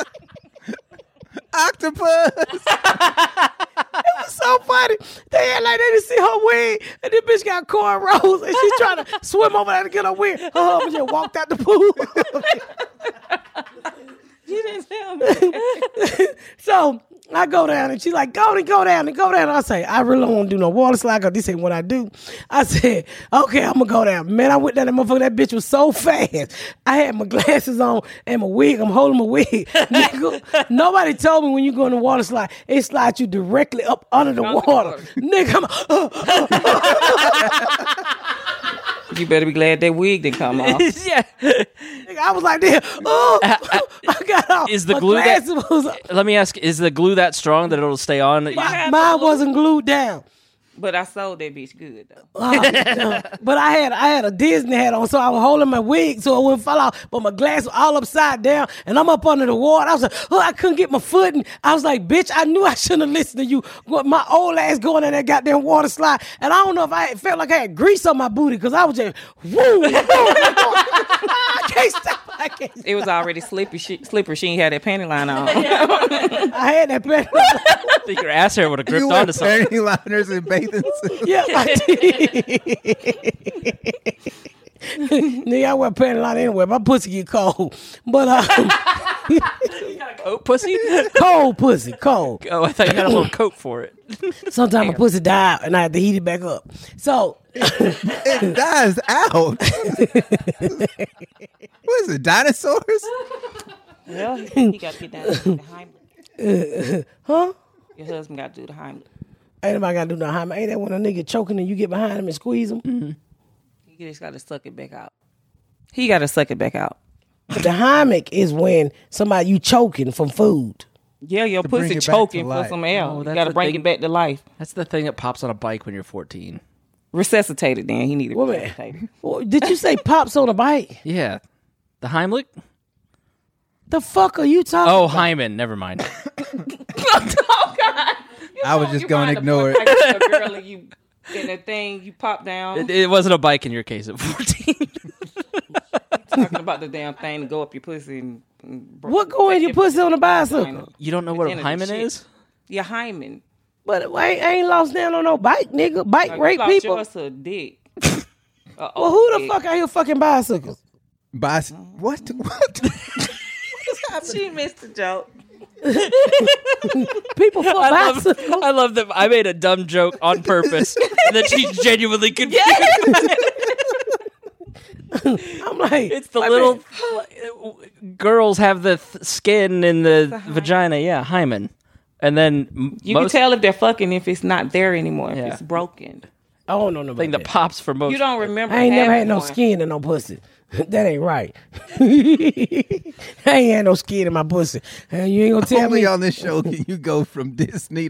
Speaker 3: Octopus.
Speaker 2: was so funny. They had like they didn't see her wig. And this bitch got cornrows and she's trying to swim over there to get her wig. Her husband just walked out the pool.
Speaker 5: You didn't tell me.
Speaker 2: So I go down and she's like, go and go down and go down. I say, I really don't want to do no water slide because this ain't what I do. I said, okay, I'm gonna go down. Man, I went down that motherfucker. That bitch was so fast. I had my glasses on and my wig. I'm holding my wig. Nigga, nobody told me when you go on the water slide, it slides you directly up under the water. Nigga, I'm, uh,
Speaker 5: You better be glad that wig didn't come off.
Speaker 1: yeah.
Speaker 2: nigga, I was like, damn, oh, I got off.
Speaker 1: Is the
Speaker 2: My
Speaker 1: glue that-
Speaker 2: glasses was-
Speaker 1: Let me ask: Is the glue that strong that it'll stay on?
Speaker 5: have
Speaker 2: mine
Speaker 5: the glue.
Speaker 2: wasn't glued down.
Speaker 5: But I sold that bitch good though.
Speaker 2: Oh, but I had I had a Disney hat on, so I was holding my wig so it wouldn't fall out. But my glass was all upside down, and I'm up under the water. I was like, oh, I couldn't get my foot, and I was like, bitch, I knew I shouldn't have listened to you. What my old ass going in that goddamn water slide, and I don't know if I had, felt like I had grease on my booty because I was just woo. woo. I can't stop. I can't.
Speaker 5: It was already slippery. She, slippery. She ain't had that panty line on.
Speaker 2: I had that bad.
Speaker 1: I think your ass hair would have gripped
Speaker 3: You wear
Speaker 1: onto something.
Speaker 3: panty liners and bathing suits.
Speaker 2: yeah, I did. Nigga, I wear panty line anywhere. My pussy get cold, but uh,
Speaker 1: Coat pussy.
Speaker 2: cold pussy, cold.
Speaker 1: Oh, I thought you had a little coat for it.
Speaker 2: Sometimes my pussy die and I have to heat it back up. So
Speaker 3: It dies out. what is it? Dinosaurs?
Speaker 5: well, he, got to get down and do the Heimlich.
Speaker 2: Huh?
Speaker 5: Your husband got to do the Heimlich.
Speaker 2: ain't nobody gotta do no harm. Ain't that when a nigga choking and you get behind him and squeeze him?
Speaker 1: Mm-hmm.
Speaker 5: He just got to suck it back out. He got to suck it back out.
Speaker 2: The hymic is when somebody you choking from food.
Speaker 5: Yeah, your
Speaker 3: bring it
Speaker 5: pussy
Speaker 3: back to
Speaker 5: choking for
Speaker 3: life.
Speaker 5: some air.
Speaker 1: Oh,
Speaker 5: you
Speaker 1: that's
Speaker 5: got to
Speaker 1: the
Speaker 5: bring
Speaker 1: thing.
Speaker 5: it back to life.
Speaker 1: That's the thing that pops on a bike when you're 14.
Speaker 5: resuscitated. Then he needed
Speaker 2: Woman.
Speaker 5: resuscitated.
Speaker 2: Well, Did you say pops on a bike?
Speaker 1: Yeah. The Heimlich?
Speaker 2: The fuck are you talking?
Speaker 1: Oh, Hyman. Never mind.
Speaker 5: oh God!
Speaker 3: I was just going to ignore it.
Speaker 5: Like a girl and you and the thing you pop down.
Speaker 1: It, it wasn't a bike in your case at 14.
Speaker 5: talking about the damn thing to go up your pussy and, and bro-
Speaker 2: What go in your pussy on a bicycle?
Speaker 5: Vagina.
Speaker 1: You don't know what a
Speaker 5: Identity
Speaker 1: Hyman
Speaker 5: shit.
Speaker 1: is?
Speaker 5: your hymen.
Speaker 2: But I ain't, I ain't lost down on no bike, nigga. Bike
Speaker 5: Like,
Speaker 2: rape
Speaker 5: you lost
Speaker 2: people.
Speaker 5: yours to a dick. A
Speaker 2: Well,
Speaker 5: old
Speaker 2: who the
Speaker 5: dick.
Speaker 2: fuck out here fucking bicycles?
Speaker 3: By, what? What?
Speaker 5: She missed the joke.
Speaker 2: People fuck
Speaker 1: I love,
Speaker 2: bicycles.
Speaker 1: I love that I made a dumb joke on purpose and that she's genuinely confused.
Speaker 2: I'm like,
Speaker 1: It's the little girls have the th- skin in the vagina. Yeah, hymen. And then m-
Speaker 5: You
Speaker 1: most
Speaker 5: can tell if they're fucking if it's not there anymore. If
Speaker 1: Yeah.
Speaker 5: it's broken,
Speaker 2: I don't know nobody.
Speaker 1: thing that pops for most.
Speaker 5: you don't remember.
Speaker 2: I ain't never had
Speaker 5: having
Speaker 2: no
Speaker 5: one.
Speaker 2: skin in no pussy. that ain't right. I ain't had no skin in my pussy. And you ain't gonna tell
Speaker 3: Only
Speaker 2: me.
Speaker 3: on this show can you go from Disney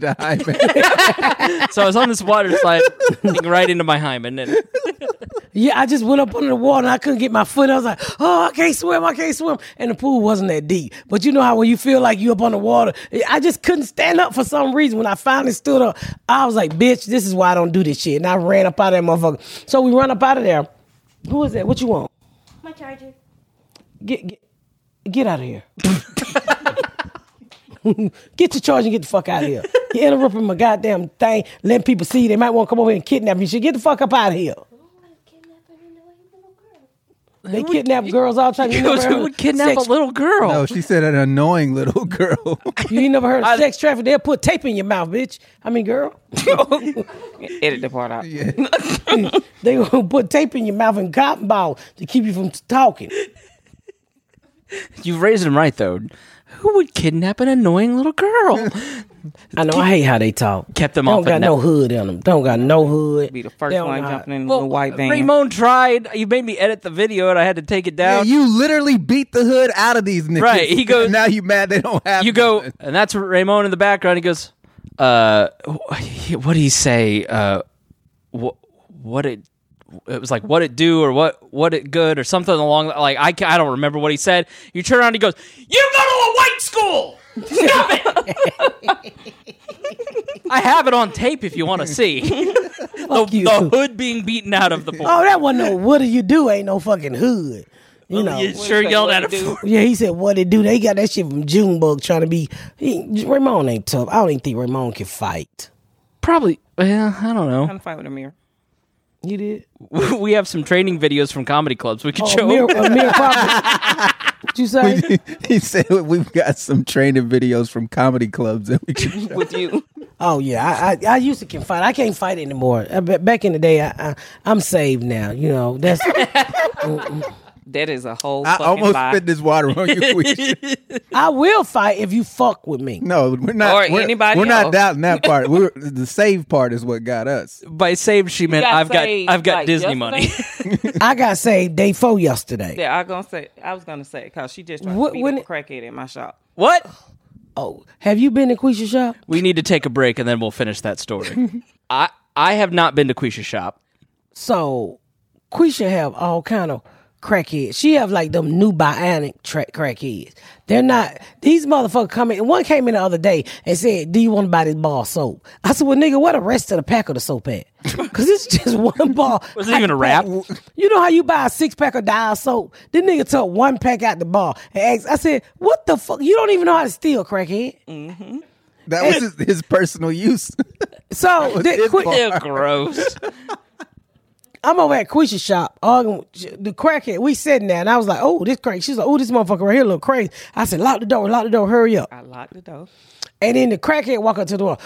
Speaker 3: to Hyman.
Speaker 1: So I was on this water slide, thing right into my hymen, and
Speaker 2: Yeah, I just went up under the water and I couldn't get my foot. I was like, oh, I can't swim. I can't swim. And the pool wasn't that deep. But you know how when you feel like you up on the water, I just couldn't stand up for some reason. When I finally stood up, I was like, bitch, this is why I don't do this shit. And I ran up out of that motherfucker. So we run up out of there. Who is that? What you want?
Speaker 7: My charger.
Speaker 2: Get get, get out of here. get your charge and get the fuck out of here. You're interrupting my goddamn thing, letting people see you. They might want to come over here and kidnap you. Shit, get the fuck up out of here. They kidnap girls all the time. You never
Speaker 1: who
Speaker 2: heard
Speaker 1: would
Speaker 2: of
Speaker 1: kidnap
Speaker 2: sex-
Speaker 1: a little girl?
Speaker 3: no, she said an annoying little girl.
Speaker 2: You ain't never heard of sex trafficking. They'll put tape in your mouth, bitch. I mean, girl.
Speaker 5: Edit the part out.
Speaker 2: they gonna put tape in your mouth and cotton balls to keep you from talking.
Speaker 1: You've raised him right though. Who would kidnap an annoying little girl?
Speaker 2: I know. I hate how they talk.
Speaker 1: Kept them
Speaker 2: They
Speaker 1: off
Speaker 2: don't
Speaker 1: the
Speaker 2: got
Speaker 1: net.
Speaker 2: no hood in them. Don't got no hood.
Speaker 5: Be the first
Speaker 2: They don't
Speaker 5: one
Speaker 2: know how-
Speaker 5: jumping in the little white van.
Speaker 1: Raymond tried. You made me edit the video, and I had to take it
Speaker 3: Yeah,
Speaker 1: down.
Speaker 3: you literally beat the hood out of these niggas.
Speaker 1: Right, he goes-
Speaker 3: Now you mad they don't have.
Speaker 1: you go,
Speaker 3: nothing.
Speaker 1: and that's Raymond in the background. He goes, uh, what do he say? Uh, what, what it, it was like what it do or what what it good or something along like I, ca- I don't remember what he said. You turn around, he goes, "You go to a white school." Stop it! I have it on tape if you want to see the,
Speaker 2: you.
Speaker 1: the hood being beaten out of the boy.
Speaker 2: Oh, that wasn't no. What do you do? Ain't no fucking hood. You know.
Speaker 1: you sure
Speaker 5: say,
Speaker 1: yelled
Speaker 5: what
Speaker 1: at
Speaker 5: it
Speaker 1: him.
Speaker 5: do?
Speaker 2: Yeah, he said what it do. They got that shit from Junebug trying to be. He, Raymond ain't tough. I don't even think Raymond can fight.
Speaker 1: Probably. Well, I don't know.
Speaker 5: I'm fighting with a mirror.
Speaker 2: You did.
Speaker 1: we have some training videos from comedy clubs. We could
Speaker 2: Oh,
Speaker 1: show.
Speaker 2: Amir, Amir Prophet. what you say?
Speaker 3: he said we've got some training videos from comedy clubs that we can show.
Speaker 5: With you,
Speaker 2: Oh yeah, I, I I used to can fight. I can't fight anymore. Uh, ba- Back in the day, I, I I'm saved now. You know that's
Speaker 5: that is a whole.
Speaker 3: I
Speaker 5: fucking
Speaker 3: almost
Speaker 5: lie.
Speaker 3: spit this water on you. We should-
Speaker 2: I will fight if you fuck with me.
Speaker 3: no, we're not.
Speaker 5: Or
Speaker 3: we're,
Speaker 5: anybody
Speaker 3: We're not
Speaker 5: else.
Speaker 3: doubting that part. We're, the save part is what got us.
Speaker 1: By saved, she meant
Speaker 5: got
Speaker 1: I've got
Speaker 5: saved,
Speaker 1: I've got
Speaker 5: like,
Speaker 1: Disney money.
Speaker 5: yesterday?
Speaker 2: I got saved day four yesterday.
Speaker 5: Yeah, I gonna say. I was gonna say because she just tried
Speaker 2: What-
Speaker 5: to beat
Speaker 2: when
Speaker 5: up
Speaker 2: it-
Speaker 5: a crackhead in my shop.
Speaker 1: what?
Speaker 2: Oh, have you been to Quisha's shop?
Speaker 1: We need to take a break and then we'll finish that story. I I have not been to Quisha's shop.
Speaker 2: So Quisha have all kind of crackheads. She have like them new bionic tra- crackheads. They're not these motherfuckers come in. One came in the other day and said, "Do you want to buy this bar of soap?" I said, "Well, nigga, where the rest of the pack of the soap at? Because it's just one bar.
Speaker 1: Was it even a wrap?
Speaker 2: You know how you buy a six pack of dial soap? This nigga took one pack out the bar and asked. I said, "What the fuck? You don't even know how to steal, crackhead."
Speaker 1: Mm.
Speaker 3: That was his, his personal use.
Speaker 2: So
Speaker 3: was
Speaker 2: that,
Speaker 3: his
Speaker 2: Qui-
Speaker 3: bar.
Speaker 1: Ew, gross.
Speaker 2: I'm over at Quisha's shop, arguing with the crackhead. We sitting there, and I was like, "Oh, this crazy." She's like, "Oh, this motherfucker right here look crazy." I said, "Lock the door, lock the door, hurry up!"
Speaker 5: I locked the door.
Speaker 2: And then the crackhead walk up to the door,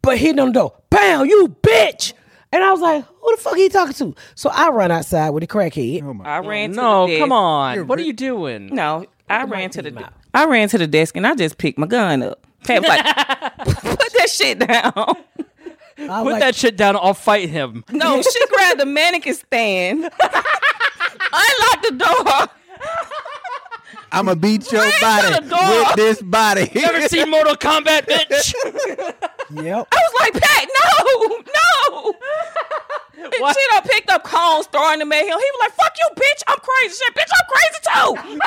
Speaker 2: but hitting on the door, bam, you bitch! And I was like, "Who the fuck he talking to?" So I run outside with the crackhead.
Speaker 5: I ran. To
Speaker 1: No,
Speaker 5: the desk.
Speaker 1: Oh, come on. What are you doing?
Speaker 5: No, I ran to the. de- I ran to the desk and I just picked my gun up. Pat was like, "Put that shit down."
Speaker 2: I was
Speaker 1: Put
Speaker 2: like,
Speaker 1: that shit down. I'll fight him.
Speaker 5: No, she grabbed the mannequin stand, unlocked the door.
Speaker 3: I'ma beat your body
Speaker 5: the door.
Speaker 3: with this body.
Speaker 1: Ever seen Mortal Kombat, bitch?
Speaker 2: "Yep."
Speaker 5: I was like, "Pat, no, no." She done picked up cones throwing them at him. He was like, fuck you, bitch. I'm crazy. Shit, bitch, I'm crazy too.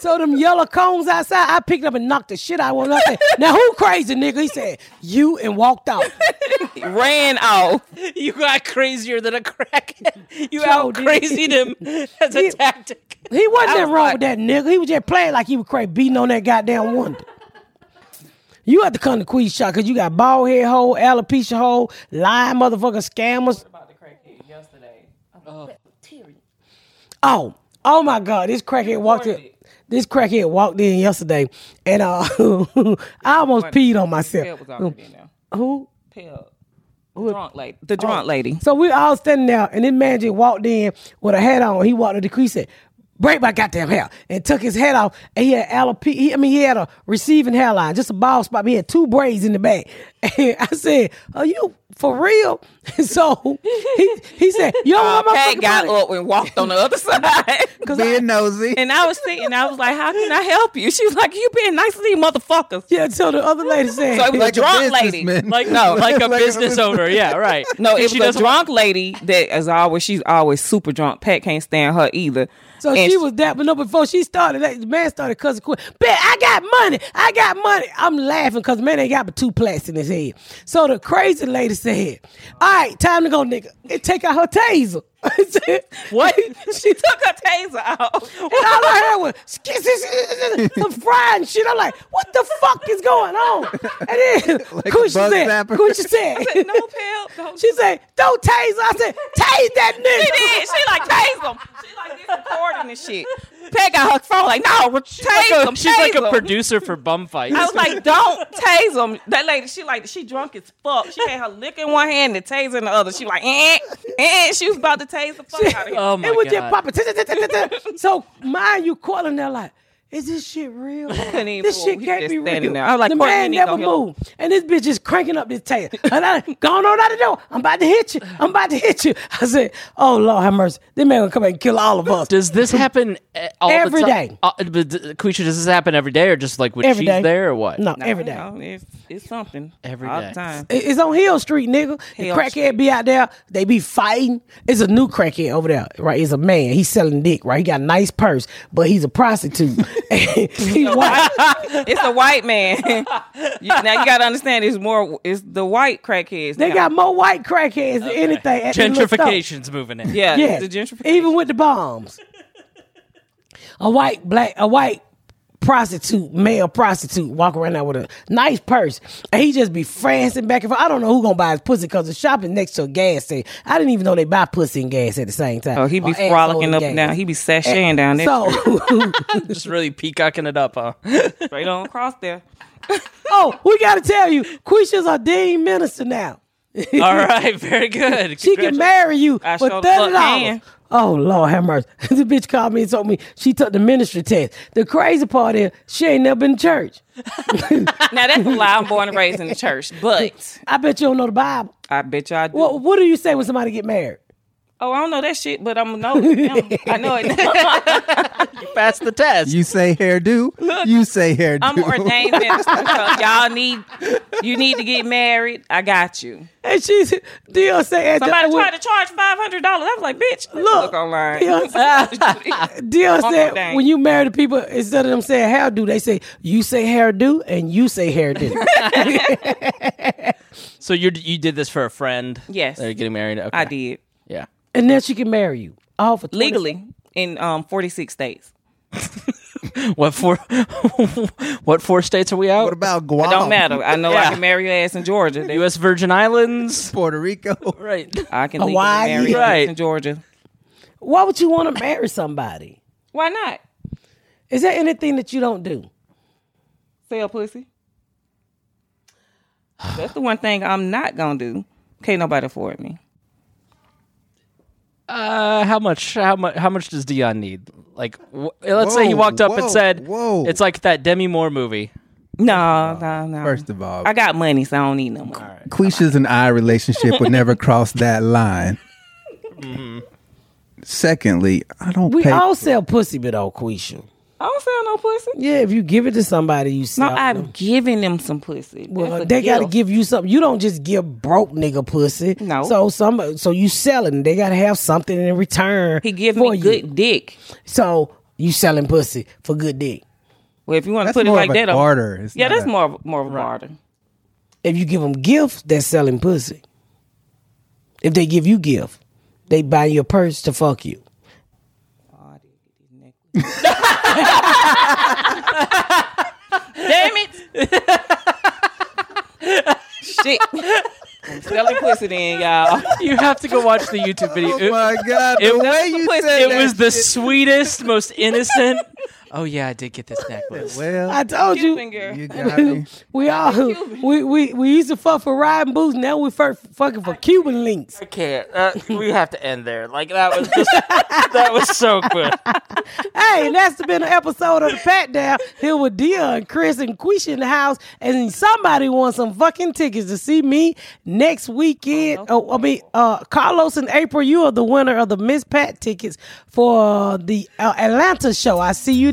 Speaker 2: So them yellow cones outside, I picked up and knocked the shit out of one. I said, now who crazy, nigga? He said, you, and walked out.
Speaker 5: Ran off.
Speaker 1: You got crazier than a crackhead. You
Speaker 2: Joe,
Speaker 1: out
Speaker 2: did-
Speaker 1: crazied him as a
Speaker 2: He-
Speaker 1: tactic.
Speaker 2: He wasn't that
Speaker 5: was
Speaker 2: wrong
Speaker 5: like-
Speaker 2: with that nigga. He was just playing like he was crazy, beating on that goddamn wonder. You have to come to Queen Shot because you got bald head hole, alopecia hole, lying motherfucking scammers. Oh, oh my God! This crackhead walked in. This crackhead walked in yesterday, and uh, I almost peed on
Speaker 5: Pell
Speaker 2: myself.
Speaker 5: was already in there.
Speaker 2: Who?
Speaker 5: Pell. Drunk lady. Oh. The drunk lady.
Speaker 2: So we all standing there, and this man just walked in with a hat on. He walked to the crease, said, "Break my goddamn hair," and took his hat off. And he had alopecia. He, I mean, he had a receiving hairline, just a bald spot. but He had two braids in the back. And I said, "Are you for real?" And so he he said, "You don't
Speaker 5: Uh,
Speaker 2: want Oh, my
Speaker 5: Pat
Speaker 2: fucking
Speaker 5: got
Speaker 2: money."
Speaker 5: up and walked on the other side.
Speaker 3: Being nosy.
Speaker 5: and I was thinking, I was like, how can I help you? She was like, you being nice to these motherfuckers.
Speaker 2: Yeah, so the other lady said,
Speaker 5: So it was
Speaker 3: Like
Speaker 5: a
Speaker 3: a
Speaker 5: drunk lady.
Speaker 3: businessman.
Speaker 1: Like no, like a
Speaker 3: Like a
Speaker 1: business
Speaker 3: business-
Speaker 1: owner. Yeah, right.
Speaker 5: No, it
Speaker 1: she
Speaker 5: was a
Speaker 1: doesn't-
Speaker 5: drunk lady that is always, she's always super drunk. Pat can't stand her either.
Speaker 2: So
Speaker 5: And
Speaker 2: she was that, but no, before she started, like, the man started cussing quick. Bet I got money. I got money. I'm laughing because man ain't got but two plaits in his head. So the crazy lady said, All right, time to go, nigga. And take out her taser.
Speaker 5: What? she took her taser out.
Speaker 2: And all I heard was skis, skis, skis, skis, some frying shit. I'm like, what the fuck is going on? And then
Speaker 3: Like a
Speaker 2: Kusha
Speaker 3: bug
Speaker 2: said,
Speaker 3: zapper.
Speaker 2: Kusha said,
Speaker 5: I said, no, Pell. Don't.
Speaker 2: She said, don't taser. I said, tase that
Speaker 5: She
Speaker 2: nigga.
Speaker 5: did. She like tased him. She like this recording and shit. Peg got her phone like, no, re- tase
Speaker 1: Like a-
Speaker 5: him.
Speaker 1: she's like
Speaker 5: tase
Speaker 1: a
Speaker 5: him.
Speaker 1: producer for bum fights.
Speaker 5: I was like, don't tase him. That lady, she like, she drunk as fuck. She had her lick in one hand and taser in the other. She like, eh, eh. She was about to tase the fuck out of him.
Speaker 1: oh my
Speaker 2: it was
Speaker 1: god.
Speaker 2: just popping. Tut, tut, tut, tut, tut. so mind you, Courtland, they're like, is this shit real?
Speaker 5: couldn't even
Speaker 2: this
Speaker 5: move.
Speaker 2: shit
Speaker 5: He
Speaker 2: can't
Speaker 5: just
Speaker 2: be
Speaker 5: standing
Speaker 2: real.
Speaker 5: there. I was like,
Speaker 2: the
Speaker 5: Courtland,
Speaker 2: man
Speaker 5: you need
Speaker 2: never
Speaker 5: no help.
Speaker 2: moved, and this bitch is cranking up this tail. And I going on out the door. I'm about to hit you. I'm about to hit you. I said, oh Lord, have mercy. This man gonna come back and kill all of us.
Speaker 1: does this happen eh, all
Speaker 2: Every
Speaker 1: the
Speaker 2: day.
Speaker 1: time? Uh, but, uh, Quisha, does this happen every day or just like when
Speaker 2: Every
Speaker 1: she's
Speaker 2: day.
Speaker 1: there or what?
Speaker 2: No, every day.
Speaker 5: No, it's, it's something.
Speaker 1: Every
Speaker 5: all
Speaker 1: day.
Speaker 5: the time.
Speaker 2: It- It's on Hill Street, nigga. The
Speaker 5: Hill
Speaker 2: crackhead
Speaker 5: Street.
Speaker 2: be out there. They be fighting. It's a new crackhead over there, right? It's a man. He's selling dick, right? He got a nice purse, but he's a prostitute. he white.
Speaker 5: It's a white man. You- now you gotta understand. It's more. It's the white crackheads.
Speaker 2: They
Speaker 5: now.
Speaker 2: got more white crackheads than anything. At the little store.
Speaker 1: Gentrification's moving in.
Speaker 5: yeah,
Speaker 2: Yeah,
Speaker 5: the gentrification.
Speaker 2: even with the bombs. a white black, a white prostitute, male prostitute, walk around there with a nice purse, and he just be francing back and forth. I don't know who gonna buy his pussy because the shop is next to a gas station. I didn't even know they buy pussy and gas at the same time.
Speaker 5: Oh, he
Speaker 2: Or
Speaker 5: be
Speaker 2: asshole
Speaker 5: frolicking
Speaker 2: and
Speaker 5: up and
Speaker 2: gas.
Speaker 5: down. He be sashaying down there.
Speaker 2: So,
Speaker 1: Just really peacocking it up, huh?
Speaker 5: Straight on across there.
Speaker 2: oh, we gotta tell you, Quisha's a dean minister now.
Speaker 1: all right, very good.
Speaker 2: She can marry you
Speaker 5: I
Speaker 2: for
Speaker 5: sure the
Speaker 2: thirty
Speaker 5: fuck
Speaker 2: dollars.
Speaker 5: can.
Speaker 2: Oh Lord, have mercy. the bitch called me and told me she took the ministry test. The crazy part is she ain't never been to church.
Speaker 5: Now that's a lie. I'm born and raised in the church, but
Speaker 2: I bet you don't know the Bible.
Speaker 5: I bet y'all do.
Speaker 2: What What do you say when somebody get married?
Speaker 5: oh, I don't know that shit, but I'm know. it now. I know it.
Speaker 1: pass the test.
Speaker 3: You say hairdo. You say hairdo.
Speaker 5: I'm ordained minister. So if y'all need you need to get married. I got you.
Speaker 2: And she's Dion say
Speaker 5: Somebody tried to charge five hundred dollars. I was like, bitch, let me
Speaker 2: Look,
Speaker 5: look online. Ah.
Speaker 2: Beyonce- Dion
Speaker 5: Uncle
Speaker 2: said
Speaker 5: Dan.
Speaker 2: when you marry the people instead of them saying hairdo, they say you say hairdo and you say hairdo.
Speaker 1: So you you did this for a friend?
Speaker 5: Yes.
Speaker 1: They're getting married. Okay.
Speaker 5: I did
Speaker 1: Yeah.
Speaker 2: and then she can marry you all for 20
Speaker 5: legally in um 46 states.
Speaker 1: What four? what four states are we out?
Speaker 3: what about Guam?
Speaker 5: Don't matter. I know
Speaker 1: Yeah.
Speaker 5: I can marry your ass in Georgia. They-
Speaker 1: U.S. Virgin Islands.
Speaker 3: Puerto Rico.
Speaker 1: Right.
Speaker 5: I can legally
Speaker 2: Hawaii.
Speaker 5: marry your
Speaker 1: Right.
Speaker 5: ass in Georgia.
Speaker 2: Why would you want to marry somebody?
Speaker 5: Why not?
Speaker 2: Is there anything that you don't do?
Speaker 5: Sell pussy. That's the one thing I'm not gonna do. Can't nobody afford me.
Speaker 1: Uh, how much? How much? How much does Dion need? Like, wh- let's say he
Speaker 3: Whoa,
Speaker 1: walked up
Speaker 3: whoa,
Speaker 1: and said,
Speaker 3: whoa.
Speaker 1: It's like that Demi Moore movie.
Speaker 5: No, no, no.
Speaker 3: Oh. First of all,
Speaker 5: I got money, so I don't need no money.
Speaker 3: Quisha's and I relationship would never cross that line. Secondly, I don't
Speaker 2: We
Speaker 3: pay.
Speaker 2: all sell pussy, but old Quisha.
Speaker 5: I don't sell no pussy.
Speaker 2: Yeah, if you give it to somebody, you
Speaker 5: No,
Speaker 2: sell.
Speaker 5: I'm
Speaker 2: them.
Speaker 5: giving them some pussy.
Speaker 2: Well,
Speaker 5: That's a
Speaker 2: they got to
Speaker 5: gift.
Speaker 2: give you something. You don't just give broke nigga pussy.
Speaker 5: No.
Speaker 2: So some, so you selling. They got to have something in return.
Speaker 5: He give
Speaker 2: for
Speaker 5: me
Speaker 2: you.
Speaker 5: good dick.
Speaker 2: So you selling pussy for good dick.
Speaker 5: Well, if you want to
Speaker 3: That's
Speaker 5: put it
Speaker 3: more
Speaker 5: like
Speaker 3: of a
Speaker 5: that, I'm-
Speaker 3: barter. It's
Speaker 5: yeah,
Speaker 3: not
Speaker 5: that's
Speaker 3: a-
Speaker 5: more of, more of a barter.
Speaker 2: If you give them gifts, they're selling pussy. If they give you gift, they buy your purse to fuck you.
Speaker 5: Damn it! Shit. I'm selling pussy then, y'all.
Speaker 1: You have to go watch the YouTube video.
Speaker 3: Oh my god! The
Speaker 1: It-
Speaker 3: way you
Speaker 5: It
Speaker 3: said
Speaker 1: it
Speaker 3: that
Speaker 1: was the
Speaker 3: shit.
Speaker 1: sweetest, most innocent. Oh yeah, I did get this necklace.
Speaker 3: Well,
Speaker 2: I told
Speaker 5: Cuban
Speaker 2: you.
Speaker 5: girl.
Speaker 3: you got me.
Speaker 2: We all we, we we used to fuck for riding boots. Now we fur, fucking for Cuban links.
Speaker 1: I can't. Uh, we have to end there. Like that was just that was so good.
Speaker 2: Hey, and that's been an episode of the Pat Down here with Dia and Chris and Quisha in the house. And somebody wants some fucking tickets to see me next weekend. Oh, I mean, uh, Carlos and April, you are the winner of the Miss Pat tickets for the uh, Atlanta show. I see you